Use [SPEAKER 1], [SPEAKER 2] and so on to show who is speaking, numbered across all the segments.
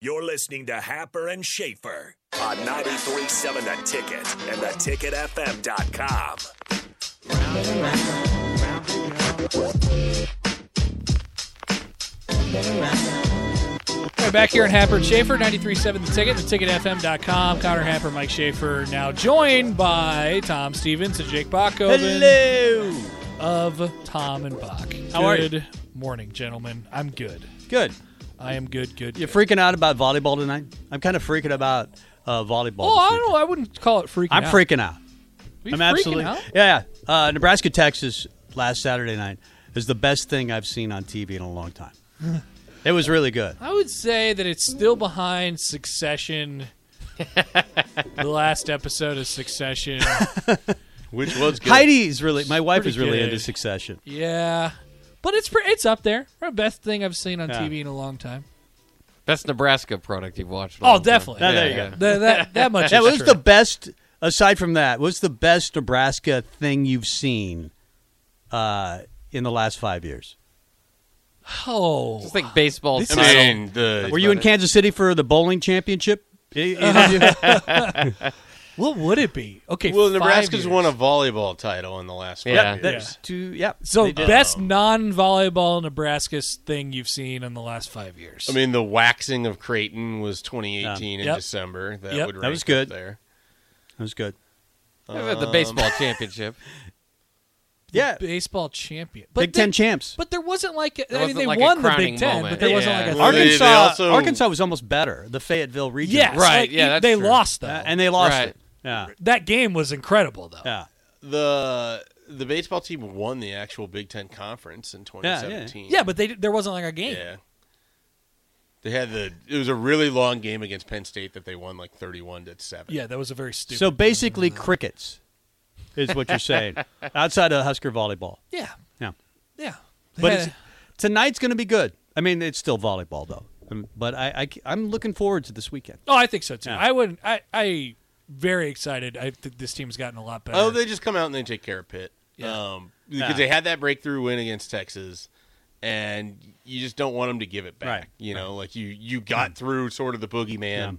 [SPEAKER 1] You're listening to Happer and Schaefer on 93.7 The Ticket and theticketfm.com.
[SPEAKER 2] All right, back here in Happer and Schaefer, 93.7 The Ticket, theticketfm.com. Connor Happer, Mike Schaefer, now joined by Tom Stevens and Jake Bachoven
[SPEAKER 3] Hello.
[SPEAKER 2] of Tom and Bach.
[SPEAKER 3] How are you?
[SPEAKER 2] Good morning, gentlemen. I'm good.
[SPEAKER 3] Good.
[SPEAKER 2] I am good, good,
[SPEAKER 3] You're
[SPEAKER 2] good.
[SPEAKER 3] freaking out about volleyball tonight. I'm kind of freaking about uh, volleyball.
[SPEAKER 2] Oh, I
[SPEAKER 3] this
[SPEAKER 2] don't know. I wouldn't call it freaking
[SPEAKER 3] weekend. I'm
[SPEAKER 2] out.
[SPEAKER 3] freaking out.
[SPEAKER 2] We
[SPEAKER 3] I'm
[SPEAKER 2] freaking
[SPEAKER 3] absolutely.
[SPEAKER 2] out?
[SPEAKER 3] Yeah. yeah. Uh, Nebraska Texas last Saturday night is the best thing I've seen on TV in a long time. it was really good.
[SPEAKER 2] I would say that it's still behind Succession. the last episode of Succession.
[SPEAKER 3] Which was good. Heidi's really. My wife
[SPEAKER 2] Pretty
[SPEAKER 3] is really
[SPEAKER 2] good.
[SPEAKER 3] into Succession.
[SPEAKER 2] Yeah. But it's pre- it's up there. Best thing I've seen on
[SPEAKER 3] Yeah.
[SPEAKER 2] TV in a long time.
[SPEAKER 4] That's Nebraska product you've watched. in a
[SPEAKER 2] Oh,
[SPEAKER 4] long time.
[SPEAKER 2] definitely.
[SPEAKER 3] No, there you go.
[SPEAKER 2] Th- that, that much
[SPEAKER 3] That
[SPEAKER 2] is
[SPEAKER 3] was
[SPEAKER 2] true.
[SPEAKER 3] the best. Aside from that, what's the best Nebraska thing you've seen uh, in the last five years?
[SPEAKER 2] Oh,
[SPEAKER 4] It's like baseball.
[SPEAKER 2] This
[SPEAKER 4] title.
[SPEAKER 5] the
[SPEAKER 3] Were you in
[SPEAKER 4] about it.
[SPEAKER 3] Kansas City for the bowling championship? I- either of you?
[SPEAKER 2] what would it be? Okay,
[SPEAKER 5] well,
[SPEAKER 2] five
[SPEAKER 5] Nebraska's
[SPEAKER 2] years.
[SPEAKER 5] won a volleyball title in the last. five
[SPEAKER 4] Yeah.
[SPEAKER 5] years.
[SPEAKER 3] That's two. Yep.
[SPEAKER 2] So
[SPEAKER 3] they did.
[SPEAKER 2] best non-volleyball Nebraska thing you've seen in the last five years.
[SPEAKER 5] I mean, the waxing of Creighton was 2018 in
[SPEAKER 2] Um, Yep.
[SPEAKER 5] December. That
[SPEAKER 2] Yep.
[SPEAKER 5] would
[SPEAKER 3] That was
[SPEAKER 5] rank up
[SPEAKER 3] good.
[SPEAKER 5] There,
[SPEAKER 3] that was good.
[SPEAKER 4] How about the baseball championship.
[SPEAKER 3] Yeah.
[SPEAKER 2] baseball champion, but
[SPEAKER 3] Big
[SPEAKER 2] they-
[SPEAKER 3] Ten champs.
[SPEAKER 2] But there wasn't like I mean
[SPEAKER 4] wasn't
[SPEAKER 2] they
[SPEAKER 4] like a
[SPEAKER 2] won the Big
[SPEAKER 4] crowning
[SPEAKER 2] Ten,
[SPEAKER 4] moment.
[SPEAKER 2] but there wasn't
[SPEAKER 5] Yeah.
[SPEAKER 2] like a
[SPEAKER 5] Well, they-
[SPEAKER 3] Arkansas.
[SPEAKER 5] also-
[SPEAKER 3] Arkansas was almost better. The Fayetteville region.
[SPEAKER 2] yes,
[SPEAKER 4] Right,
[SPEAKER 2] like,
[SPEAKER 4] yeah,
[SPEAKER 2] you-
[SPEAKER 4] that's
[SPEAKER 2] they
[SPEAKER 4] true.
[SPEAKER 2] lost though,
[SPEAKER 3] Uh, and they lost
[SPEAKER 4] Right.
[SPEAKER 3] it. Yeah.
[SPEAKER 2] that game was incredible though.
[SPEAKER 3] Yeah.
[SPEAKER 5] the the baseball team won the actual Big Ten conference in 2017.
[SPEAKER 2] Yeah, but they there wasn't like a game.
[SPEAKER 5] yeah, they had the. It was a really long game against Penn State that they won like 31 to seven.
[SPEAKER 2] Yeah, that was a very stupid.
[SPEAKER 3] So basically, crickets is what you're saying outside of Husker volleyball.
[SPEAKER 2] yeah,
[SPEAKER 3] Yeah.
[SPEAKER 2] yeah,
[SPEAKER 3] But it's, tonight's going to be good. I mean, it's still volleyball though. Um, But I, I am looking forward to this weekend.
[SPEAKER 2] oh, I think so too.
[SPEAKER 3] Yeah.
[SPEAKER 2] I wouldn't. I I very excited. I think this team's gotten a lot better.
[SPEAKER 5] Oh, they just come out and they take care of Pitt.
[SPEAKER 2] Yeah.
[SPEAKER 5] Um, because
[SPEAKER 3] Yeah.
[SPEAKER 5] they had that breakthrough win against Texas, and you just don't want them to give it back.
[SPEAKER 3] Right.
[SPEAKER 5] You know, like you you got through sort of the boogeyman.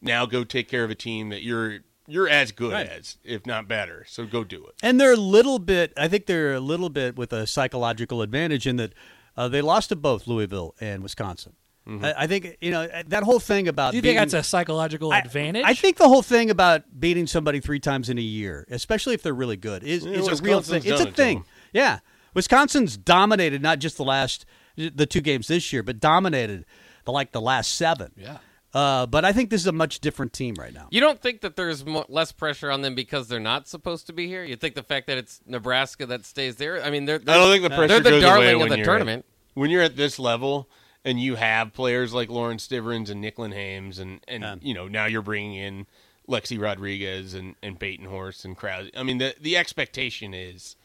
[SPEAKER 5] Now go take care of a team that you're you're as good
[SPEAKER 3] Right.
[SPEAKER 5] as, if not better. So go do it.
[SPEAKER 3] And they're a little bit. I think they're a little bit with a psychological advantage in that uh, they lost to both Louisville and Wisconsin.
[SPEAKER 5] Mm-hmm.
[SPEAKER 3] I, I think you know uh, that whole thing about.
[SPEAKER 2] Do you
[SPEAKER 3] beating,
[SPEAKER 2] think that's a psychological
[SPEAKER 3] I-
[SPEAKER 2] advantage?
[SPEAKER 3] I think the whole thing about beating somebody three times in a year, especially if they're really good, is,
[SPEAKER 5] Yeah,
[SPEAKER 3] is a real
[SPEAKER 5] Wisconsin's
[SPEAKER 3] thing. It's
[SPEAKER 5] done
[SPEAKER 3] a
[SPEAKER 5] it to
[SPEAKER 3] thing.
[SPEAKER 5] them.
[SPEAKER 3] Yeah, Wisconsin's dominated not just the last the two games this year, but dominated the like the last seven.
[SPEAKER 2] Yeah.
[SPEAKER 3] Uh, but I think this is a much different team right now.
[SPEAKER 4] You don't think that there's mo- less pressure on them because they're not supposed to be here? You think the fact that it's Nebraska that stays there? I mean, they're,
[SPEAKER 5] I don't think the
[SPEAKER 4] they're
[SPEAKER 5] pressure
[SPEAKER 4] the
[SPEAKER 5] goes away
[SPEAKER 4] darling
[SPEAKER 5] when
[SPEAKER 4] of the
[SPEAKER 5] you're
[SPEAKER 4] tournament.
[SPEAKER 5] At, when you're at this level and you have players like Lauren Stiverins and Nicklin Hames, and and
[SPEAKER 3] Yeah.
[SPEAKER 5] you know now you're bringing in Lexi Rodriguez and and Horse and Krause. I mean, the the expectation is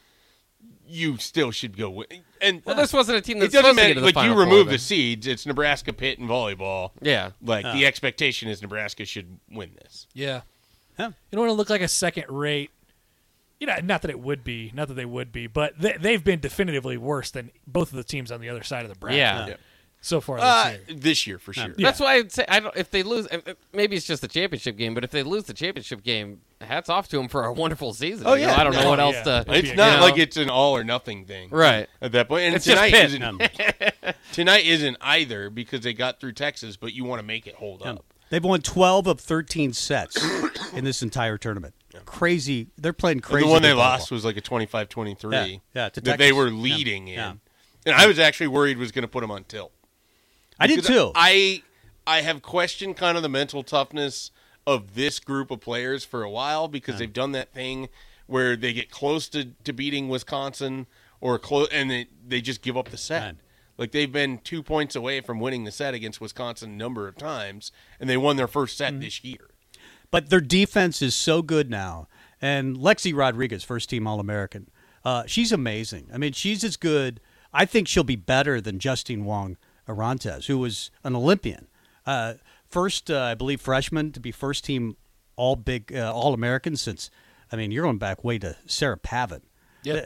[SPEAKER 5] you still should go win. And
[SPEAKER 4] Well, this wasn't a team
[SPEAKER 5] it
[SPEAKER 4] that's
[SPEAKER 5] doesn't
[SPEAKER 4] supposed to
[SPEAKER 5] matter.
[SPEAKER 4] get to the
[SPEAKER 5] like
[SPEAKER 4] Final
[SPEAKER 5] you
[SPEAKER 4] Four,
[SPEAKER 5] remove
[SPEAKER 4] but-
[SPEAKER 5] the seeds, it's Nebraska, Pitt, and volleyball.
[SPEAKER 4] Yeah.
[SPEAKER 5] Like the expectation is Nebraska should win this.
[SPEAKER 2] yeah.
[SPEAKER 3] Huh.
[SPEAKER 2] You don't want to look like a second rate. You know, not that it would be, not that they would be, but they, they've been definitively worse than both of the teams on the other side of the bracket
[SPEAKER 4] Yeah.
[SPEAKER 5] Yeah.
[SPEAKER 2] so far this
[SPEAKER 5] Uh,
[SPEAKER 2] year.
[SPEAKER 5] this year for sure.
[SPEAKER 2] Yeah.
[SPEAKER 4] That's why I'd say I don't. If they lose, if- if- maybe it's just the championship game. But if they lose the championship game, hats off to him for a wonderful season.
[SPEAKER 3] Oh,
[SPEAKER 4] You know,
[SPEAKER 3] yeah.
[SPEAKER 4] I don't know what
[SPEAKER 2] No,
[SPEAKER 4] else
[SPEAKER 2] yeah.
[SPEAKER 4] to.
[SPEAKER 2] It'd
[SPEAKER 5] It's
[SPEAKER 4] you
[SPEAKER 5] not
[SPEAKER 4] know.
[SPEAKER 5] like it's an all or nothing thing,
[SPEAKER 4] right.
[SPEAKER 5] At that point, and
[SPEAKER 4] It's just
[SPEAKER 5] tonight
[SPEAKER 4] Pitt.
[SPEAKER 5] isn't. tonight isn't either because they got through Texas, but you want to make it hold up.
[SPEAKER 3] They've won 12 of 13 sets in this entire tournament. Crazy. They're playing
[SPEAKER 5] And
[SPEAKER 3] crazy.
[SPEAKER 5] the one they
[SPEAKER 3] good
[SPEAKER 5] lost
[SPEAKER 3] volleyball.
[SPEAKER 5] was like a 25-23
[SPEAKER 3] Yeah, yeah, to
[SPEAKER 5] that they
[SPEAKER 3] Texas.
[SPEAKER 5] were
[SPEAKER 3] Yeah,
[SPEAKER 5] leading
[SPEAKER 3] yeah.
[SPEAKER 5] in. And I was actually worried was going to put them on tilt.
[SPEAKER 3] I did
[SPEAKER 5] Because
[SPEAKER 3] too.
[SPEAKER 5] I I have questioned kind of the mental toughness of this group of players for a while because they've done that thing where they get close to, to beating Wisconsin or close and they, they just give up the set.
[SPEAKER 3] Man.
[SPEAKER 5] Like they've been two points away from winning the set against Wisconsin a number of times, and they won their first set this year.
[SPEAKER 3] But their defense is so good now. And Lexi Rodriguez, first team All American, uh, she's amazing. I mean, she's as good. I think she'll be better than Justine Wong Arantes, who was an Olympian. Uh, first, uh, I believe, freshman to be first team All Big uh, All American since, I mean, you're going back way to Sarah Pavin. Yeah,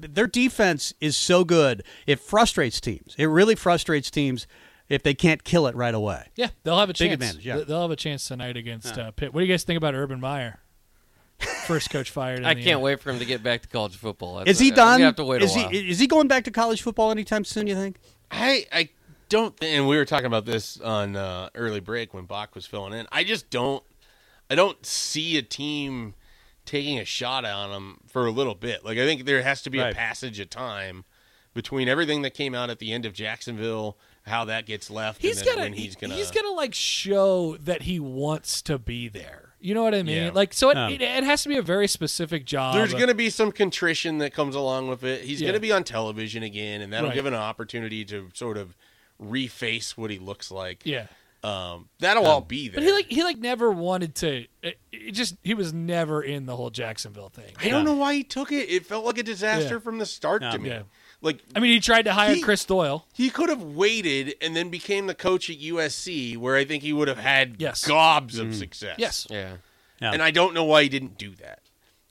[SPEAKER 3] Their defense is so good. It frustrates teams. It really frustrates teams if they can't kill it right away.
[SPEAKER 2] Yeah, they'll have a chance.
[SPEAKER 3] advantage, yeah.
[SPEAKER 2] They- They'll have a chance tonight against uh, Pitt. What do you guys think about Urban Meyer? First coach fired. in
[SPEAKER 4] I
[SPEAKER 2] the
[SPEAKER 4] can't
[SPEAKER 2] year.
[SPEAKER 4] wait for him to get back to college football. That's
[SPEAKER 3] Is he
[SPEAKER 4] we
[SPEAKER 3] done?
[SPEAKER 4] have to wait a
[SPEAKER 3] is
[SPEAKER 4] while.
[SPEAKER 3] he is he going back to college football anytime soon? You think?
[SPEAKER 5] I I don't. thi- and we were talking about this on uh, early break when Bach was filling in. I just don't. I don't see a team taking a shot on him for a little bit. Like I think there has to be
[SPEAKER 3] Right.
[SPEAKER 5] a passage of time between everything that came out at the end of Jacksonville, how that gets left,
[SPEAKER 2] He's
[SPEAKER 5] and then
[SPEAKER 2] gotta
[SPEAKER 5] when he's gonna.
[SPEAKER 2] he's gonna like show that he wants to be there. You know what I mean?
[SPEAKER 5] Yeah.
[SPEAKER 2] Like so, it,
[SPEAKER 3] Um,
[SPEAKER 2] it, it has to be a very specific job.
[SPEAKER 5] there's going to be some contrition that comes along with it. He's
[SPEAKER 2] Yeah.
[SPEAKER 5] going to be on television again, and that'll
[SPEAKER 2] Right.
[SPEAKER 5] give him an opportunity to sort of reface what he looks like.
[SPEAKER 2] yeah.
[SPEAKER 5] Um, that'll all be there.
[SPEAKER 2] But he like he like never wanted to. It, it just he was never in the whole Jacksonville thing.
[SPEAKER 5] I don't know why he took it. It felt like a disaster
[SPEAKER 2] Yeah.
[SPEAKER 5] from the start to me.
[SPEAKER 2] Yeah.
[SPEAKER 5] Like
[SPEAKER 2] I mean, he tried to hire
[SPEAKER 5] He-
[SPEAKER 2] Chris Doyle.
[SPEAKER 5] he could have waited and then became the coach at USC, where I think he would have had
[SPEAKER 2] Yes. Mm.
[SPEAKER 5] gobs of success.
[SPEAKER 2] Yes.
[SPEAKER 4] yeah.
[SPEAKER 3] Yeah.
[SPEAKER 5] and I don't know why he didn't do that.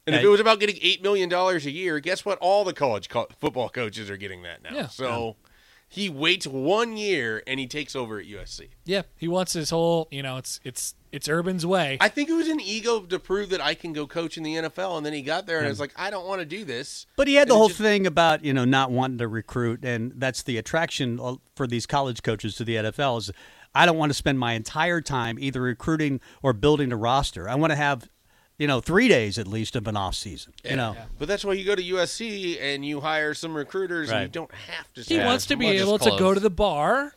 [SPEAKER 5] And if
[SPEAKER 3] Yeah.
[SPEAKER 5] it was about getting eight million dollars a year, guess what? All the college co- football coaches are getting that now.
[SPEAKER 2] Yeah.
[SPEAKER 5] So he waits one year and he takes over at USC.
[SPEAKER 2] Yeah, he wants his whole. You know, it's it's it's Urban's way.
[SPEAKER 5] I think it was an ego to prove that I can go coach in the NFL, and then he got there and I was like, I don't want to do this.
[SPEAKER 3] But he had the
[SPEAKER 5] And it
[SPEAKER 3] whole
[SPEAKER 5] just-
[SPEAKER 3] thing about you know not wanting to recruit, and that's the attraction uh, for these college coaches to the NFL is I don't want to spend my entire time either recruiting or building a roster. I want to have you know three days at least of an off season. You know,
[SPEAKER 5] But that's why you go to USC and you hire some recruiters, and you
[SPEAKER 3] Right.
[SPEAKER 5] don't have to.
[SPEAKER 2] he
[SPEAKER 5] spend
[SPEAKER 2] wants to be
[SPEAKER 4] much is
[SPEAKER 2] able to go
[SPEAKER 4] close.
[SPEAKER 2] to the bar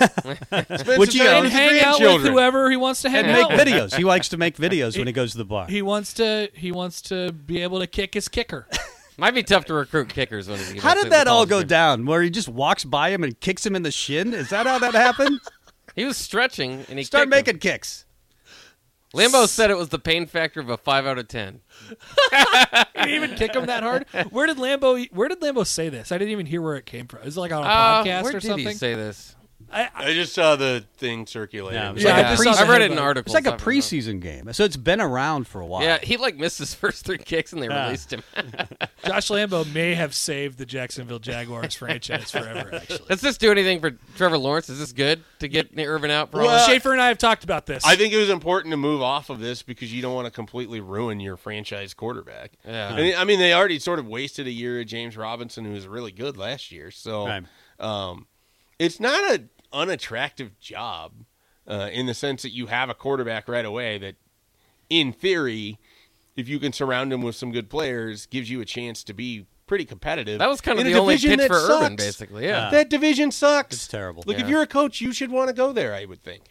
[SPEAKER 5] expensive
[SPEAKER 3] Which, you
[SPEAKER 5] time
[SPEAKER 3] know,
[SPEAKER 2] and
[SPEAKER 5] with
[SPEAKER 2] hang out
[SPEAKER 5] your
[SPEAKER 2] with
[SPEAKER 5] grandchildren.
[SPEAKER 2] whoever he wants to hang
[SPEAKER 3] and make
[SPEAKER 2] out with.
[SPEAKER 3] videos. He likes to make videos when he goes to the bar.
[SPEAKER 2] He wants to he wants to be able to kick his kicker.
[SPEAKER 4] Might be tough to recruit kickers when he's
[SPEAKER 3] How did that all go down? Where he just walks by him and kicks him in the shin? Is that how that happened?
[SPEAKER 4] He was stretching and he
[SPEAKER 3] Start
[SPEAKER 4] kicked him.
[SPEAKER 3] making kicks.
[SPEAKER 4] Limbo said it was the pain factor of a five out of ten.
[SPEAKER 2] He didn't even kick him that hard. Where did Lambo where did Lambo say this? I didn't even hear where it came from. Is it like on a
[SPEAKER 4] Uh,
[SPEAKER 2] podcast
[SPEAKER 4] where
[SPEAKER 2] or
[SPEAKER 4] did
[SPEAKER 2] something?
[SPEAKER 4] he say this?
[SPEAKER 5] I just saw the thing circulating.
[SPEAKER 3] Yeah, it was
[SPEAKER 5] It's like,
[SPEAKER 2] I just saw the
[SPEAKER 4] I've read it in
[SPEAKER 2] headline.
[SPEAKER 4] articles.
[SPEAKER 3] It's like a
[SPEAKER 4] I've read it.
[SPEAKER 3] preseason game, so it's been around for a while.
[SPEAKER 4] Yeah, he like missed his first three kicks and they released him.
[SPEAKER 2] Josh Lambo may have saved the Jacksonville Jaguars franchise forever, actually.
[SPEAKER 4] Does this do anything for Trevor Lawrence? Is this good to get Nick Irvin out? For all
[SPEAKER 5] Well-
[SPEAKER 2] Schaefer and I have talked about this.
[SPEAKER 5] I think it was important to move off of this because you don't want to completely ruin your franchise quarterback.
[SPEAKER 4] Yeah.
[SPEAKER 5] And, I mean, they already sort of wasted a year of James Robinson, who was really good last year. So
[SPEAKER 3] Right.
[SPEAKER 5] um, it's not an unattractive job uh, in the sense that you have a quarterback right away that, in theory, if you can surround him with some good players, gives you a chance to be pretty competitive.
[SPEAKER 4] That was kind of
[SPEAKER 5] in a
[SPEAKER 4] the only
[SPEAKER 5] division
[SPEAKER 4] pitch
[SPEAKER 5] that
[SPEAKER 4] for Urban,
[SPEAKER 5] sucks.
[SPEAKER 4] basically. Yeah.
[SPEAKER 5] That division sucks.
[SPEAKER 3] It's terrible.
[SPEAKER 5] Look, if
[SPEAKER 4] Yeah.
[SPEAKER 5] you're a coach, you should want to go there. I would think.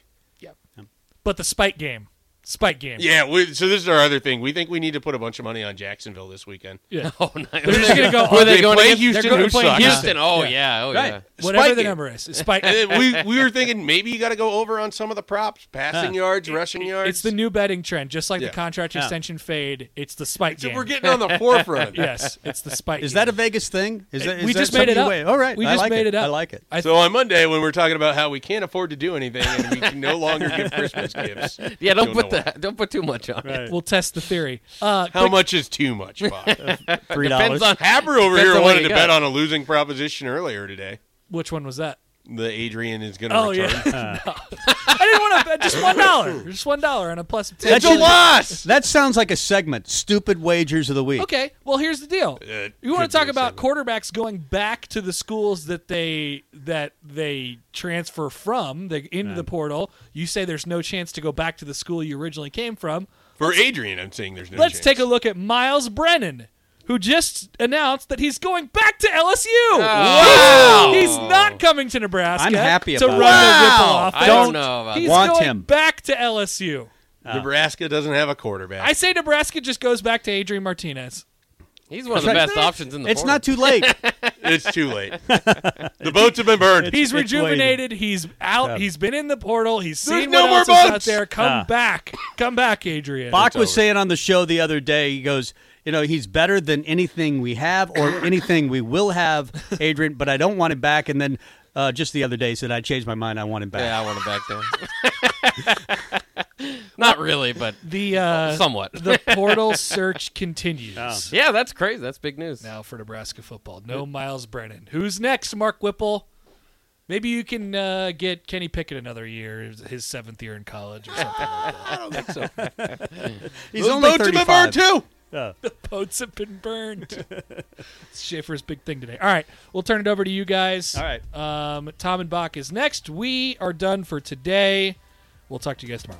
[SPEAKER 2] but the spike game. Spike game.
[SPEAKER 5] Yeah. We, so this is our other thing. We think we need to put a bunch of money on Jacksonville this weekend.
[SPEAKER 2] Yeah.
[SPEAKER 4] Oh, nice.
[SPEAKER 2] They're just gonna go
[SPEAKER 4] Were they,
[SPEAKER 5] They
[SPEAKER 4] going
[SPEAKER 5] play
[SPEAKER 4] against-
[SPEAKER 5] Houston,
[SPEAKER 4] They're going
[SPEAKER 5] who
[SPEAKER 4] to play
[SPEAKER 5] sucks.
[SPEAKER 4] Houston. Oh yeah. Oh
[SPEAKER 3] Right.
[SPEAKER 4] yeah.
[SPEAKER 2] Whatever
[SPEAKER 5] Spike
[SPEAKER 2] the
[SPEAKER 5] it.
[SPEAKER 2] number is. It's Spike
[SPEAKER 5] And then we we were thinking maybe you got to go over on some of the props, passing
[SPEAKER 3] Huh.
[SPEAKER 5] yards, rushing yards.
[SPEAKER 2] It's the new betting trend. Just like
[SPEAKER 5] Yeah.
[SPEAKER 2] the contract
[SPEAKER 3] Yeah.
[SPEAKER 2] extension fade, it's the spike
[SPEAKER 5] so
[SPEAKER 2] game.
[SPEAKER 5] we're getting on the forefront.
[SPEAKER 2] yes, it's the spike
[SPEAKER 3] Is
[SPEAKER 2] game.
[SPEAKER 3] that a Vegas thing? Is that, is
[SPEAKER 2] we
[SPEAKER 3] that
[SPEAKER 2] just made it
[SPEAKER 3] something
[SPEAKER 2] up.
[SPEAKER 3] way- All right,
[SPEAKER 2] we
[SPEAKER 3] I
[SPEAKER 2] just
[SPEAKER 3] like
[SPEAKER 2] made it. up.
[SPEAKER 3] I like it.
[SPEAKER 2] I
[SPEAKER 5] So on Monday, when we we're talking about how we can't afford to do anything and we can no longer give Christmas gifts,
[SPEAKER 4] Yeah. Don't
[SPEAKER 5] Don't
[SPEAKER 4] put
[SPEAKER 5] know
[SPEAKER 4] that. Don't put too much on it.
[SPEAKER 2] We'll test the theory. Uh,
[SPEAKER 5] how much is too much? Bob?
[SPEAKER 3] Three
[SPEAKER 4] Depends
[SPEAKER 3] dollars.
[SPEAKER 4] on
[SPEAKER 5] Happer over
[SPEAKER 4] Depends
[SPEAKER 5] here
[SPEAKER 4] on what
[SPEAKER 5] wanted
[SPEAKER 4] you
[SPEAKER 5] to
[SPEAKER 4] got.
[SPEAKER 5] bet on a losing proposition earlier today.
[SPEAKER 2] which one was that?
[SPEAKER 5] The Adrian is going to
[SPEAKER 2] Oh
[SPEAKER 5] return.
[SPEAKER 2] yeah, No. I didn't want to. Just one dollar. Just one dollar on a plus of ten.
[SPEAKER 3] That's
[SPEAKER 5] It's a loss.
[SPEAKER 3] That sounds like a segment. Stupid wagers of the week.
[SPEAKER 2] Okay. Well, here's the deal.
[SPEAKER 5] It
[SPEAKER 2] you want
[SPEAKER 5] could
[SPEAKER 2] to talk
[SPEAKER 5] be a
[SPEAKER 2] about quarterbacks going back to the schools that they that they transfer from they, into the portal. You say there's no chance to go back to the school you originally came from.
[SPEAKER 5] For Adrian, I'm saying there's no.
[SPEAKER 2] Let's
[SPEAKER 5] chance.
[SPEAKER 2] take a look at Miles Brennan, who just announced that he's going back to LSU. Wow. He's not coming to Nebraska.
[SPEAKER 3] I'm happy
[SPEAKER 2] to
[SPEAKER 3] about
[SPEAKER 2] run
[SPEAKER 3] that.
[SPEAKER 2] the Ripple
[SPEAKER 3] Wow.
[SPEAKER 2] offense.
[SPEAKER 4] I don't know about
[SPEAKER 2] He's
[SPEAKER 3] that. Want
[SPEAKER 2] going
[SPEAKER 3] him.
[SPEAKER 2] back to LSU.
[SPEAKER 5] Nebraska doesn't have a quarterback.
[SPEAKER 2] I say Nebraska just goes back to Adrian Martinez.
[SPEAKER 4] He's one of the best options in the.
[SPEAKER 3] It's
[SPEAKER 4] portal.
[SPEAKER 3] not too late.
[SPEAKER 5] it's too late. the boats have been burned.
[SPEAKER 2] He's
[SPEAKER 3] it's
[SPEAKER 2] rejuvenated. He's out. He's been in the portal. He's
[SPEAKER 5] There's
[SPEAKER 2] seen
[SPEAKER 5] no
[SPEAKER 2] what
[SPEAKER 5] more
[SPEAKER 2] else is out
[SPEAKER 5] boats.
[SPEAKER 2] there. Come
[SPEAKER 3] Ah.
[SPEAKER 2] back. Come back, Adrian.
[SPEAKER 3] Bach was
[SPEAKER 5] over.
[SPEAKER 3] saying on the show the other day, he goes, you know, he's better than anything we have or anything we will have, Adrian, but I don't want him back. And then uh, just the other day he said, I changed my mind. I want him back.
[SPEAKER 4] Yeah, I want him back there. not really, but
[SPEAKER 2] the uh,
[SPEAKER 4] somewhat.
[SPEAKER 2] the portal search continues.
[SPEAKER 3] Ah.
[SPEAKER 4] yeah, that's crazy. That's big news.
[SPEAKER 2] Now for Nebraska football, no Miles Brennan. Who's next? Mark Whipple. Maybe you can uh, get Kenny Pickett another year, his seventh year in college or something.
[SPEAKER 3] He's
[SPEAKER 5] Those
[SPEAKER 3] only
[SPEAKER 5] boats have been
[SPEAKER 3] 35.
[SPEAKER 5] burned too.
[SPEAKER 2] Boats have been burned. it's Schaefer's big thing today. All right, we'll turn it over to you guys.
[SPEAKER 3] All right.
[SPEAKER 2] Um, Tom and Bach is next. We are done for today. We'll talk to you guys tomorrow.